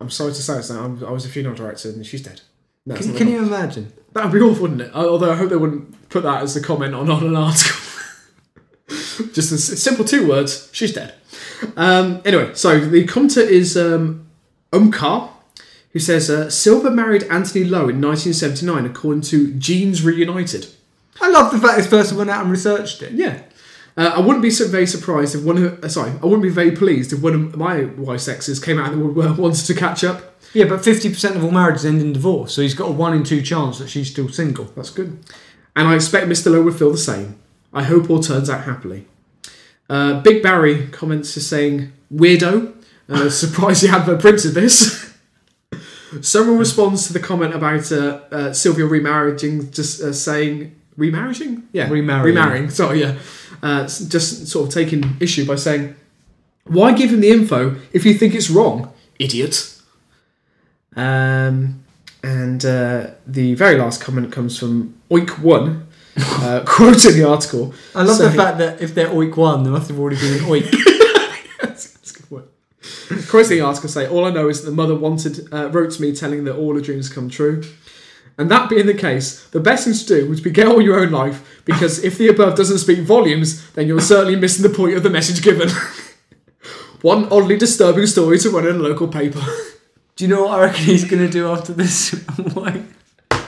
S2: I'm sorry to say this, now, I'm, I was a funeral director and she's dead. No, it's
S1: can,
S2: not
S1: can
S2: my
S1: you imagine?
S2: That would be awful, wouldn't it? Uh, Although I hope they wouldn't put that as a comment on, on an article. Just a s- simple two words. She's dead. Um, anyway, so the commenter is um, Umkar, who says uh, Silver married Anthony Lowe in 1979, according to Genes Reunited.
S1: I love the fact this person went out and researched it.
S2: Yeah. Uh, I wouldn't be so very surprised if one of uh, sorry, I wouldn't be very pleased if one of my wife's exes came out of the woodwork wanted to catch up.
S1: Yeah, but 50% of all marriages end in divorce, so he's got a 1 in 2 chance that she's still single.
S2: That's good. And I expect Mr. Lowe would feel the same. I hope all turns out happily. Uh, Big Barry comments is saying, Weirdo. Uh, surprised you hadn't printed this. Someone responds to the comment about uh, uh, Sylvia remarrying, just uh, saying, remarrying? Yeah.
S1: Remarrying.
S2: Remarrying, sorry, yeah. Uh, s- just sort of taking issue by saying, Why give him the info if you think it's wrong? Idiot. Um, and uh, the very last comment comes from Oik1, uh, quoting the article.
S1: I love
S2: So-
S1: the fact that if they're oik 1, they must have already been an oik.
S2: That's, that's a good word. Quoting the article, say, All I know is that the mother wanted uh, wrote to me telling that all her dreams come true. And that being the case, the best thing to do would be get on your own life, because if the above doesn't speak volumes, then you're certainly missing the point of the message given. One oddly disturbing story to run in a local paper.
S1: do you know what I reckon he's going to do after this? Why?
S2: Which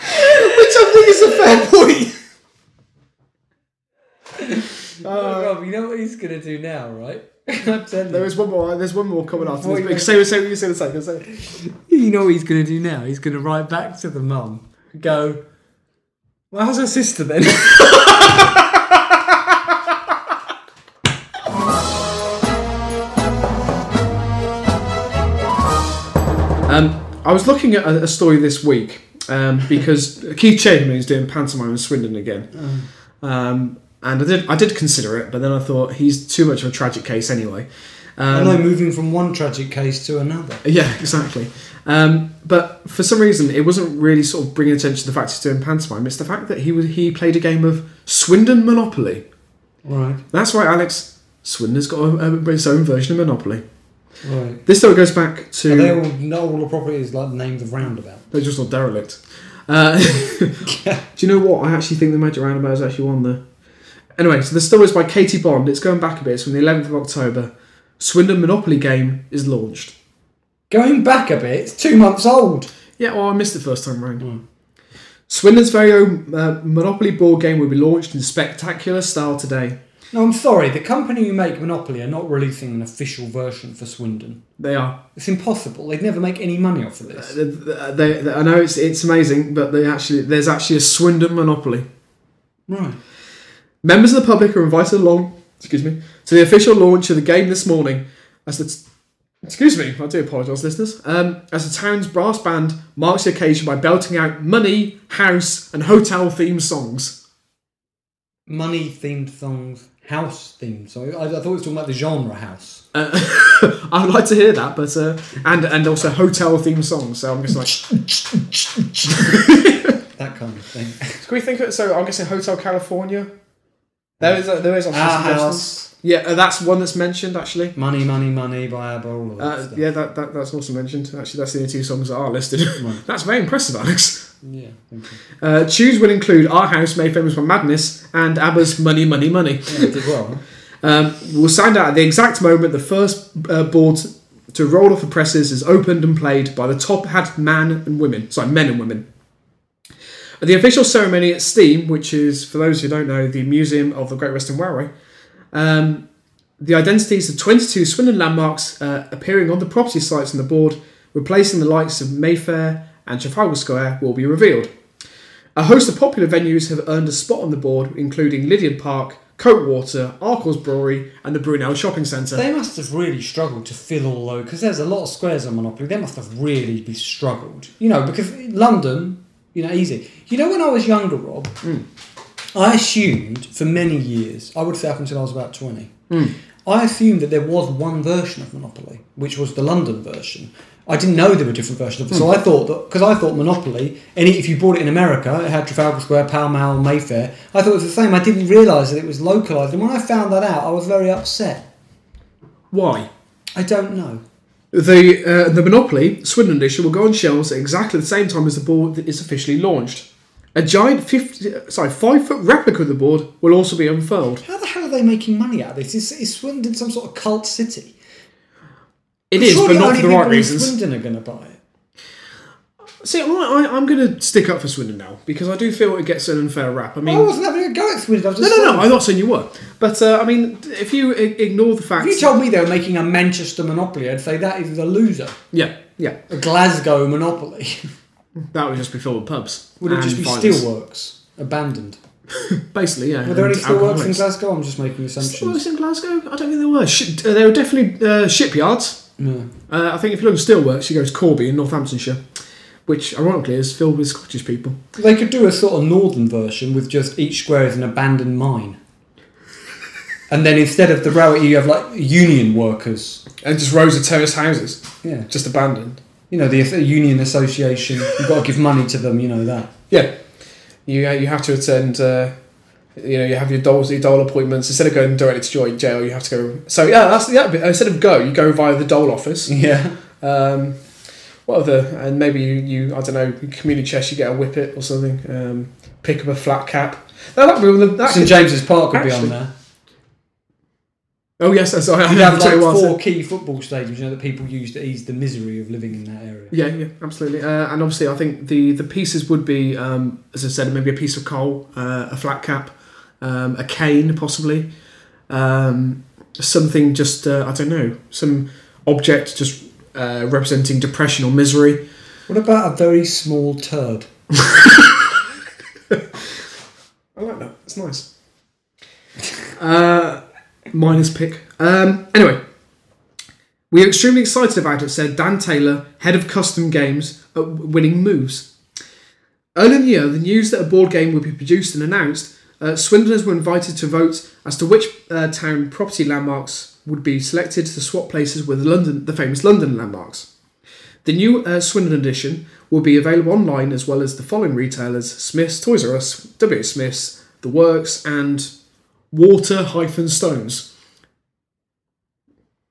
S2: I think is a fair point.
S1: Rob, you know what he's going to do now, right? I'm telling
S2: There is one more. There's one more coming after
S1: Before you
S2: this. But say, say, say, say, say.
S1: you. You know what he's going to do now? He's going to write back to the mum, go, well, how's her sister then?
S2: Um, I was looking at a, a story this week um, because Keith Chamberlain is doing pantomime in Swindon again, um, and I did I did consider it, but then I thought he's too much of a tragic case anyway. Um,
S1: moving from one tragic case to another.
S2: yeah, exactly. Um, but for some reason, it wasn't really sort of bringing attention to the fact he's doing pantomime. It's the fact that he was he played a game of Swindon Monopoly.
S1: Right,
S2: That's right, Alex. Swindon's got a, a, its own version of Monopoly.
S1: right.
S2: This though goes back to
S1: all know all the properties like the names of roundabout.
S2: They're just all derelict. Uh, do you know what? I actually think the Magic Roundabout is actually on there. Anyway, so the story is by Katie Bond. It's going back a bit. It's from the 11th of October. Swindon Monopoly game is launched.
S1: Going back a bit, it's two months old.
S2: Yeah, well, I missed it first time round. Swindon's very own uh, Monopoly board game will be launched in spectacular style today.
S1: No, I'm sorry. The company who make Monopoly are not releasing an official version for Swindon.
S2: They are.
S1: It's impossible. They'd never make any money off of this.
S2: They, they- they- I know it's it's amazing, but they actually there's actually a Swindon Monopoly.
S1: Right.
S2: Members of the public are invited along, excuse me, to the official launch of the game this morning. As the, excuse me, I do apologise, listeners. Um, as the town's brass band marks the occasion by belting out money, house, and hotel themed songs.
S1: Money themed songs, house themed. So I, I thought it was talking about the genre house.
S2: I would Uh, like to hear that, but uh, and and also hotel themed songs. So I'm just like,
S1: That kind of thing.
S2: can we think of so? I'm guessing Hotel California. There is a, there is a
S1: Our house.
S2: Yeah, uh, that's one that's mentioned actually.
S1: Money, money, money by Abba, all of that
S2: Uh,
S1: stuff.
S2: yeah, that, that that's also mentioned. Actually, that's the only two songs that are listed. that's very impressive, Alex.
S1: Yeah, thank you.
S2: Uh, tunes will include Our House, Made Famous by Madness, and ABBA's Money, Money, Money.
S1: Yeah, it did well. huh?
S2: Um, we'll sound out at the exact moment the first uh, board to roll off the presses is opened and played by the top hat man and women. Sorry, men and women. At the official ceremony at STEAM, which is, for those who don't know, the Museum of the Great Western Railway, um, the identities of 22 Swindon landmarks uh, appearing on the property sites on the board, replacing the likes of Mayfair and Trafalgar Square, will be revealed. A host of popular venues have earned a spot on the board, including Lydiard Park, Coke Water, Arkles Brewery, and the Brunel Shopping Centre.
S1: They must have really struggled to fill all those because there's a lot of squares on Monopoly. They must have really be struggled, you know, because London, you know, easy. You know, when I was younger, Rob, I assumed for many years, I would say up until I was about twenty, I assumed that there was one version of Monopoly, which was the London version. I didn't know there were different versions of it, so I thought that because I thought Monopoly, any if you bought it in America, it had Trafalgar Square, Pall Mall, Mayfair. I thought it was the same. I didn't realise that it was localised, and when I found that out, I was very upset.
S2: Why?
S1: I don't know.
S2: The uh, the Monopoly Swindon edition will go on shelves at exactly the same time as the board that is officially launched. A giant 50, sorry five foot replica of the board will also be unfurled.
S1: How the hell are they making money out of this? Is, is Swindon some sort of cult city?
S2: It is,
S1: Surely
S2: but not
S1: only
S2: for the
S1: people
S2: right
S1: in
S2: reasons.
S1: Swindon are going to buy it.
S2: See, I, I, I'm going to stick up for Swindon now because I do feel it gets an unfair rap. I
S1: I
S2: mean,
S1: wasn't having a go at Swindon. I was
S2: no,
S1: just
S2: no,
S1: saying.
S2: no. I'm not saying you were, but uh, I mean, if you i- ignore the fact,
S1: If you told me they were making a Manchester monopoly, I'd say that is a loser.
S2: yeah, yeah,
S1: A Glasgow monopoly.
S2: that would just be filled with pubs.
S1: Would it
S2: and
S1: just be
S2: violence.
S1: Steelworks? Abandoned.
S2: Basically, yeah.
S1: Were there
S2: and
S1: any Steelworks in
S2: alcoholics.
S1: Glasgow? I'm just making assumptions.
S2: Steelworks in Glasgow? I don't think there were. Sh- uh, there were definitely uh, shipyards.
S1: No.
S2: Uh, I think if you look at Steelworks, she goes Corby in Northamptonshire, which ironically is filled with Scottish people.
S1: They could do a sort of northern version with just each square is an abandoned mine. And then instead of the railway, you have like union workers.
S2: And just rows of terraced houses,
S1: Yeah.
S2: just abandoned.
S1: You know, the union association, you've got to give money to them, you know that.
S2: Yeah, you uh, you have to attend. Uh, you know, you have your dole, your dole appointments. Instead of going directly to your jail, you have to go. So yeah, that's yeah. but Instead of go, you go via the dole office.
S1: Yeah.
S2: Um, what other? And maybe you, you I don't know, community chest. You get a whippet or something. Um, pick up a flat cap. That that, that, that
S1: St James's Park would
S2: actually-
S1: be on there.
S2: Oh yes, that's I
S1: You'd have
S2: tell
S1: like
S2: you what, I
S1: four
S2: said.
S1: key football stadiums, you know, that people use to ease the misery of living in that area.
S2: Yeah, yeah, absolutely. Uh, and obviously, I think the the pieces would be, um, as I said, maybe a piece of coal, uh, a flat cap, um, a cane, possibly, um, something just uh, I don't know, some object just uh, representing depression or misery.
S1: What about a very small turd?
S2: I like that. It's nice. uh, minus pick. Um, anyway, we are extremely excited about it, said Dan Taylor, head of custom games at Winning Moves. Early in the year, the news that a board game would be produced and announced, uh, Swindoners were invited to vote as to which uh, town property landmarks would be selected to swap places with London, the famous London landmarks. The new uh, Swindon edition will be available online as well as the following retailers Smith's, Toys R Us, W. Smith's, The Works, and Water Hyphen Stones.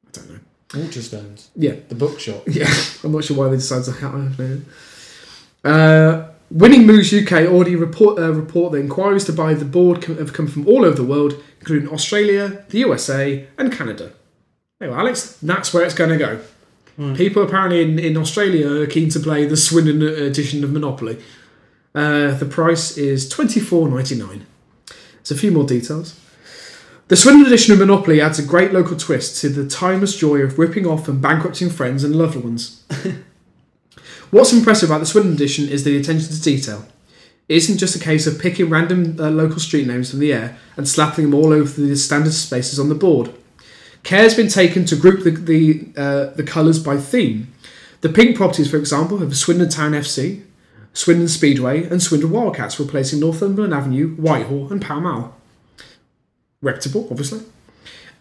S2: I don't know.
S1: Waterstones.
S2: Yeah,
S1: The bookshop.
S2: yeah. I'm not sure why they decided to have it. Uh, Winning Moves UK already report uh, report that inquiries to buy the board com- have come from all over the world, including Australia, the USA, and Canada. Hey, well, Alex, that's where it's going to go. People apparently in, in Australia are keen to play the Swindon edition of Monopoly. Uh, the price is twenty four ninety nine. There's a few more details. The Swindon edition of Monopoly adds a great local twist to the timeless joy of ripping off and bankrupting friends and loved ones. What's impressive about the Swindon edition is the attention to detail. It isn't just a case of picking random uh, local street names from the air and slapping them all over the standard spaces on the board. Care has been taken to group the the, uh, the colours by theme. The pink properties, for example, have Swindon Town FC, Swindon Speedway, and Swindon Wildcats, replacing Northumberland Avenue, Whitehall, and Pall Mall. Reputable, obviously.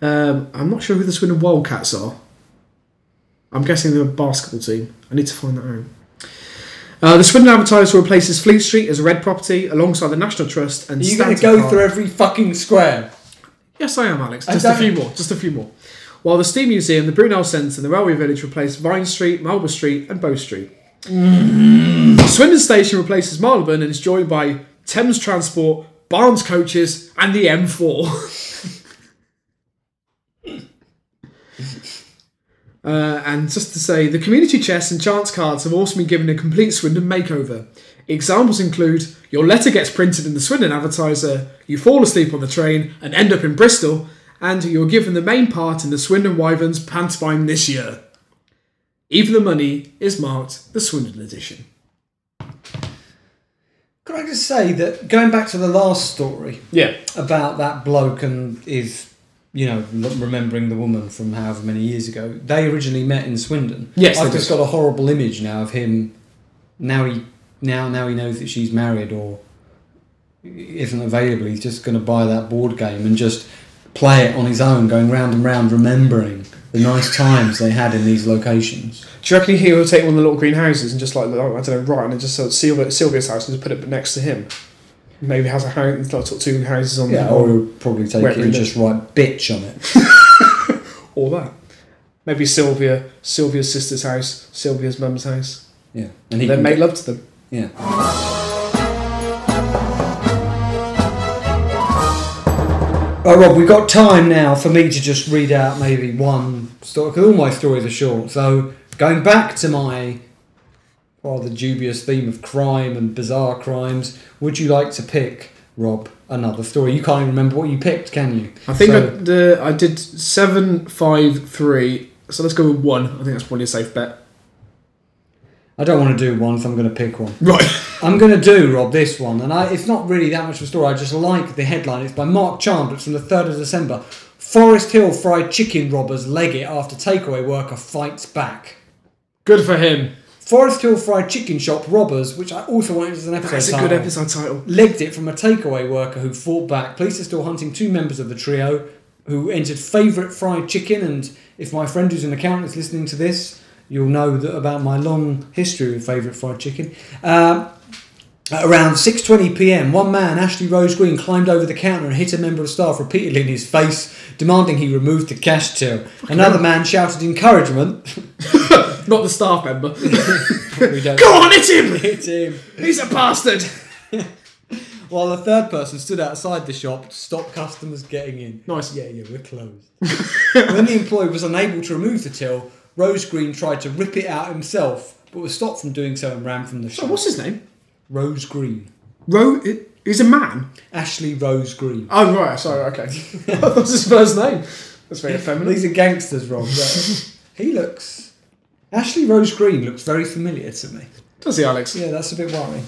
S2: Um, I'm not sure who the Swindon Wildcats are. I'm guessing they're a basketball team. I need to find that out. Uh, the Swindon advertiser replaces Fleet Street as a red property alongside the National Trust and
S1: Are you going to
S2: Stanton
S1: go
S2: Park.
S1: through every fucking square?
S2: Yes, I am, Alex.
S1: I
S2: Just a
S1: don't-
S2: few more. Just a few more. While the Steam Museum, the Brunel Centre, and the Railway Village replace Vine Street, Marlborough Street, and Bow Street.
S1: Mm.
S2: Swindon Station replaces Marylebone and is joined by Thames Transport, Barnes Coaches, and the M4. Uh, and just to say, the community chess and chance cards have also been given a complete Swindon makeover. Examples include your letter gets printed in the Swindon advertiser, you fall asleep on the train and end up in Bristol, and you're given the main part in the Swindon Wyverns pantomime this year. Even the money is marked the Swindon edition.
S1: Could I just say that going back to the last story
S2: Yeah.
S1: about that bloke and his, you know, l- remembering the woman from however many years ago, they originally met in Swindon.
S2: Yes,
S1: I've
S2: they
S1: just got a horrible image now of him. Now he now now he knows that she's married or isn't available. He's just going to buy that board game and just play it on his own, going round and round, remembering the nice times they had in these locations.
S2: Do you reckon he would take one of the little green houses and just like I don't know, right, and just sort of Sylvia, Sylvia's house and just put it next to him? Maybe has a house, like sort of two houses on
S1: Yeah,
S2: there,
S1: or he'll probably take
S2: Where
S1: it
S2: we
S1: and
S2: live.
S1: just write bitch on it.
S2: or that. Maybe Sylvia, Sylvia's sister's house, Sylvia's mum's house.
S1: Yeah, and he
S2: Then
S1: can-
S2: make love to them.
S1: yeah. Right, Oh, Rob, we've got time now for me to just read out maybe one story, because all my stories are short. So, going back to my rather dubious theme of crime and bizarre crimes, would you like to pick, Rob, another story? You can't even remember what you picked, can you?
S2: I think
S1: So-
S2: I, the, I did seven, five, three. So let's go with one. I think that's probably a safe bet.
S1: I don't want to do one, so I'm going to pick one.
S2: Right.
S1: I'm going to do, Rob, this one, and I, it's not really that much of a story. I just like the headline. It's by Mark Chand. It's from the 3rd of December. Forest Hill fried chicken robbers leg it after takeaway worker fights back.
S2: Good for him.
S1: Forest Hill fried chicken shop robbers, which I also wanted as an episode
S2: That's a
S1: title,
S2: good episode title.
S1: legged it from a takeaway worker who fought back. Police are still hunting two members of the trio who entered favourite fried chicken. And if my friend who's an accountant is listening to this, you'll know that about my long history with favourite fried chicken. Um, at around 6:20 p.m., one man, Ashley Rose Green, climbed over the counter and hit a member of staff repeatedly in his face, demanding he remove the cash till. Another man shouted encouragement.
S2: Not the staff member.
S1: We don't
S2: go on, hit him!
S1: hit him.
S2: He's a bastard!
S1: While a third person stood outside the shop to stop customers getting in.
S2: Nice.
S1: Yeah, yeah, we're closed. when the employee was unable to remove the till, Rose Green tried to rip it out himself, but was stopped from doing so and ran from the
S2: So
S1: shop.
S2: Oh, what's his name?
S1: Rose Green.
S2: Ro. it- He's a man.
S1: Ashley Rose Green.
S2: Oh right, sorry, okay. That's his first name. That's very feminine.
S1: These are gangsters, Rob. but he looks. Ashley Rose Green looks very familiar to me.
S2: Does he, Alex?
S1: Yeah, that's a bit worrying.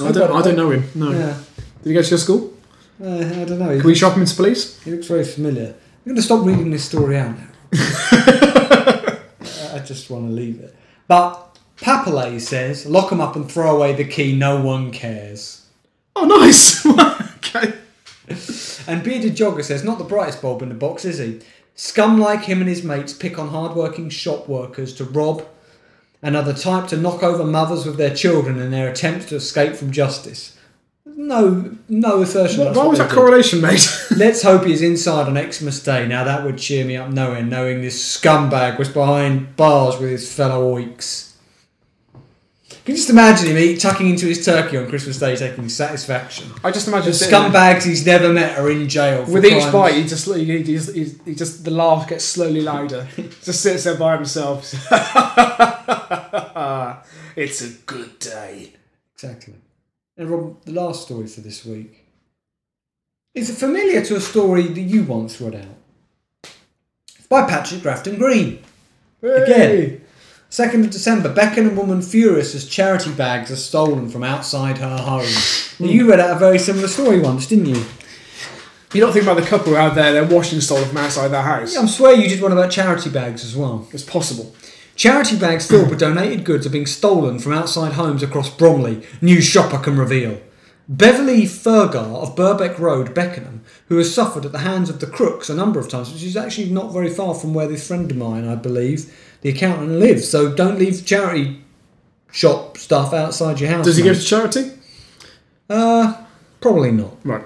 S2: I don't. I don't know him. No.
S1: Yeah.
S2: Did he go to your school?
S1: Uh, I don't know.
S2: Can
S1: He,
S2: we shop him into police?
S1: he looks very familiar. I'm going to stop reading this story out now. I I just want to leave it. But Papalay says, lock them up and throw away the key, no one cares.
S2: Oh, nice. okay.
S1: And Bearded Jogger says, not the brightest bulb in the box, is he? Scum like him and his mates pick on hard-working shop workers to rob and are the type to knock over mothers with their children in their attempts to escape from justice. No, no assertion. that's
S2: Why
S1: what
S2: was
S1: they
S2: that
S1: did.
S2: correlation made?
S1: Let's hope he's inside on Xmas Day. Now that would cheer me up no end, knowing this scumbag was behind bars with his fellow oiks. Can you just imagine him eat, tucking into his turkey on Christmas Day, taking satisfaction?
S2: I just imagine
S1: The
S2: sitting there-
S1: scumbags he's never met are in jail. For
S2: With each
S1: crimes.
S2: bite, he just, he, he, he just, he, he just the laugh gets slowly louder. just sits there by himself. it's a good day.
S1: Exactly. And Rob, the last story for this week is familiar to a story that you once read out. It's by Patrick Grafton Green.
S2: Hey.
S1: 2nd of December, Beckenham woman furious as charity bags are stolen from outside her home. Now, you read out a very similar story once, didn't you?
S2: You don't think about the couple out there, they're washing stolen from outside their house.
S1: I swear you did one about charity bags as well.
S2: It's possible.
S1: Charity bags filled with donated goods are being stolen from outside homes across Bromley, new shopper can reveal. Beverly Fergar of Burbeck Road, Beckenham, who has suffered at the hands of the crooks a number of times, which is actually not very far from where this friend of mine, I believe, the accountant lives. So don't leave charity shop stuff outside your house.
S2: Does he
S1: mate.
S2: give to charity?
S1: Uh, probably not.
S2: Right.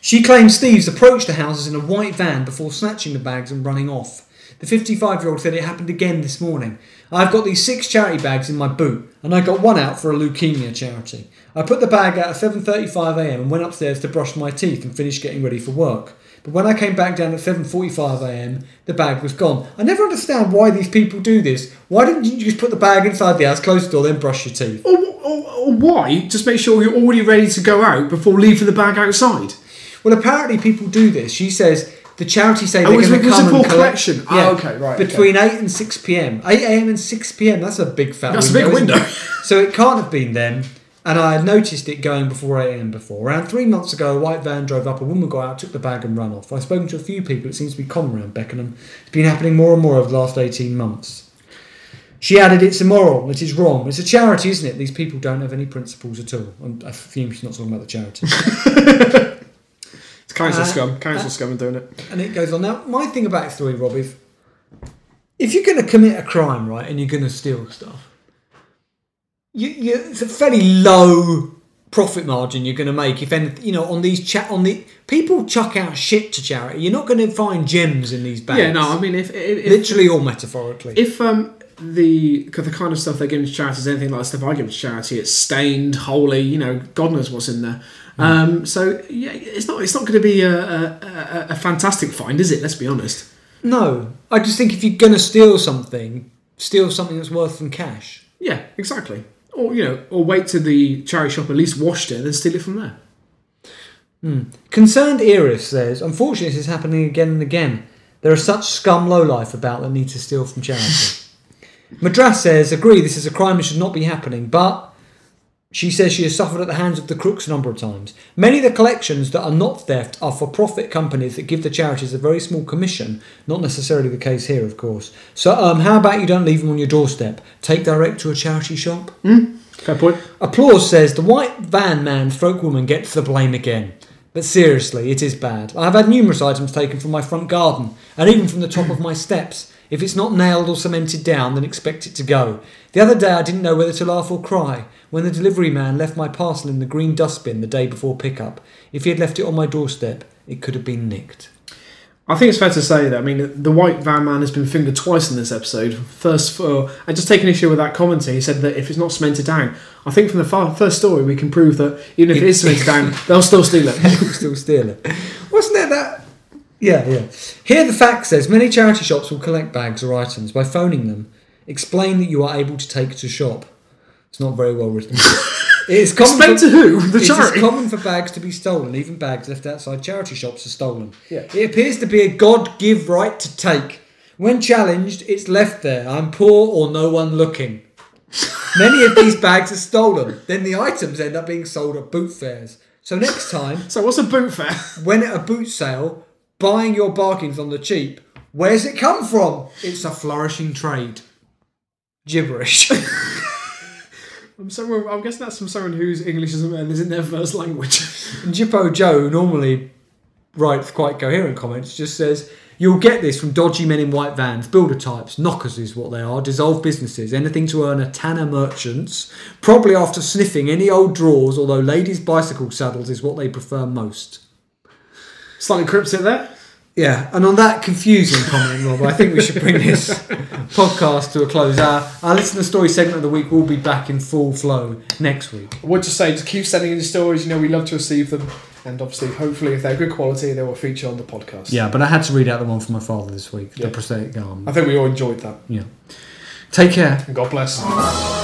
S1: She claims thieves approached the houses in a white van before snatching the bags and running off. The 55 year old said it happened again this morning. I've got these six charity bags in my boot, and I got one out for a leukemia charity. I put the bag out at 7:35 a.m. and went upstairs to brush my teeth and finish getting ready for work. But when I came back down at 7:45 a.m., the bag was gone. I never understand why these people do this. Why didn't you just put the bag inside the house, close the door, then brush your teeth?
S2: Or, or, or oh, why? Just make sure you're already ready to go out before leaving the bag outside.
S1: Well, apparently people do this. She says the charity say
S2: Oh,
S1: they're
S2: it's
S1: going to
S2: because
S1: come
S2: of
S1: and
S2: poor
S1: collect.
S2: collection. Ah, okay, right, okay.
S1: Between eight and six p.m., eight a.m. and six p.m. That's a big fat.
S2: That's a
S1: window,
S2: big
S1: isn't
S2: window.
S1: it? so it can't have been them. and I had noticed it going before 8 am before. Around three months ago, a white van drove up, a woman got out, took the bag, and ran off. I've spoken to a few people, it seems to be common around Beckenham. It's been happening more and more over the last 18 months. She added, It's immoral, it is wrong. It's a charity, isn't it? These people don't have any principles at all. And I assume she's not talking about the charity.
S2: It's council
S1: Uh,
S2: scum. Council
S1: uh,
S2: scum are doing it.
S1: and it goes on. Now, my thing about it, story, Rob, if if you're going to commit a crime, right, and you're going to steal stuff, you, you it's a fairly low profit margin you're going to make. If anything, you know, on these chat, on the people chuck out shit to charity, you're not going to find gems in these bags.
S2: Yeah, no, I mean, if, if, if
S1: literally or metaphorically.
S2: If um the 'cause the kind of stuff they're giving to charity is anything like the stuff I give to charity, it's stained, holy, you know, God knows what's in there. Um, so yeah, it's not it's not going to be a, a, a, a fantastic find, is it? Let's be honest.
S1: no, I just think if you're going to steal something, steal something that's worth some cash.
S2: Yeah, exactly. Or you know, or wait till the charity shop at least washed it and then steal it from there.
S1: Concerned Iris says, unfortunately, this is happening again and again. There are such scum lowlife about that need to steal from charity. Madras says, agree, this is a crime and should not be happening, but she says she has suffered at the hands of the crooks a number of times. Many of the collections that are not theft are for profit companies that give the charities a very small commission. Not necessarily the case here, of course. So, um, how about you don't leave them on your doorstep? Take direct to a charity shop?
S2: Fair point.
S1: Applause says the white van man folk woman gets the blame again. But seriously, it is bad. I have had numerous items taken from my front garden and even from the top of my steps. If it's not nailed or cemented down, then expect it to go. The other day I didn't know whether to laugh or cry when the delivery man left my parcel in the green dustbin the day before pickup. If he had left it on my doorstep, it could have been nicked.
S2: I think it's fair to say that I mean the white van man has been fingered twice in this episode. First for and just taking issue with that commentary, he said that if it's not cemented down, I think from the far, first story we can prove that even if it is cemented down, they'll still steal it.
S1: People still steal it. Wasn't there that? Yeah, yeah. Here the fact says many charity shops will collect bags or items by phoning them. Explain that you are able to take to shop. It's not very well written. it is common
S2: Explain
S1: for-
S2: to who? The
S1: it is
S2: charity.
S1: common for bags to be stolen. Even bags left outside charity shops are stolen.
S2: Yeah.
S1: It appears to be a God give right to take. When challenged, it's left there. I'm poor or no one looking. Many of these bags are stolen. Then the items end up being sold at boot fairs. So next time,
S2: So what's a boot fair?
S1: when at a boot sale, buying your bargains on the cheap, where's it come from? It's a flourishing trade. Gibberish.
S2: I'm someone. I'm guessing that's from someone whose English isn't, isn't their first language.
S1: Jippo Joe, who normally writes quite coherent comments, just says, You'll get this from dodgy men in white vans, builder types, knockers is what they are, dissolve businesses, anything to earn a tanner merchants, probably after sniffing any old drawers, although ladies' bicycle saddles is what they prefer most.
S2: Slightly cryptic there.
S1: Yeah, and on that confusing comment, Rob, I think we should bring this podcast to a close. Our, our listener story segment of the week will be back in full flow next week.
S2: What you say? Just keep sending in your stories. You know we love to receive them, and obviously, hopefully, if they're good quality, they will feature on the podcast.
S1: Yeah, but I had to read out the one for my father this week,
S2: Yeah.
S1: the prosthetic arm.
S2: I think we all enjoyed that.
S1: Yeah. Take care.
S2: And God bless.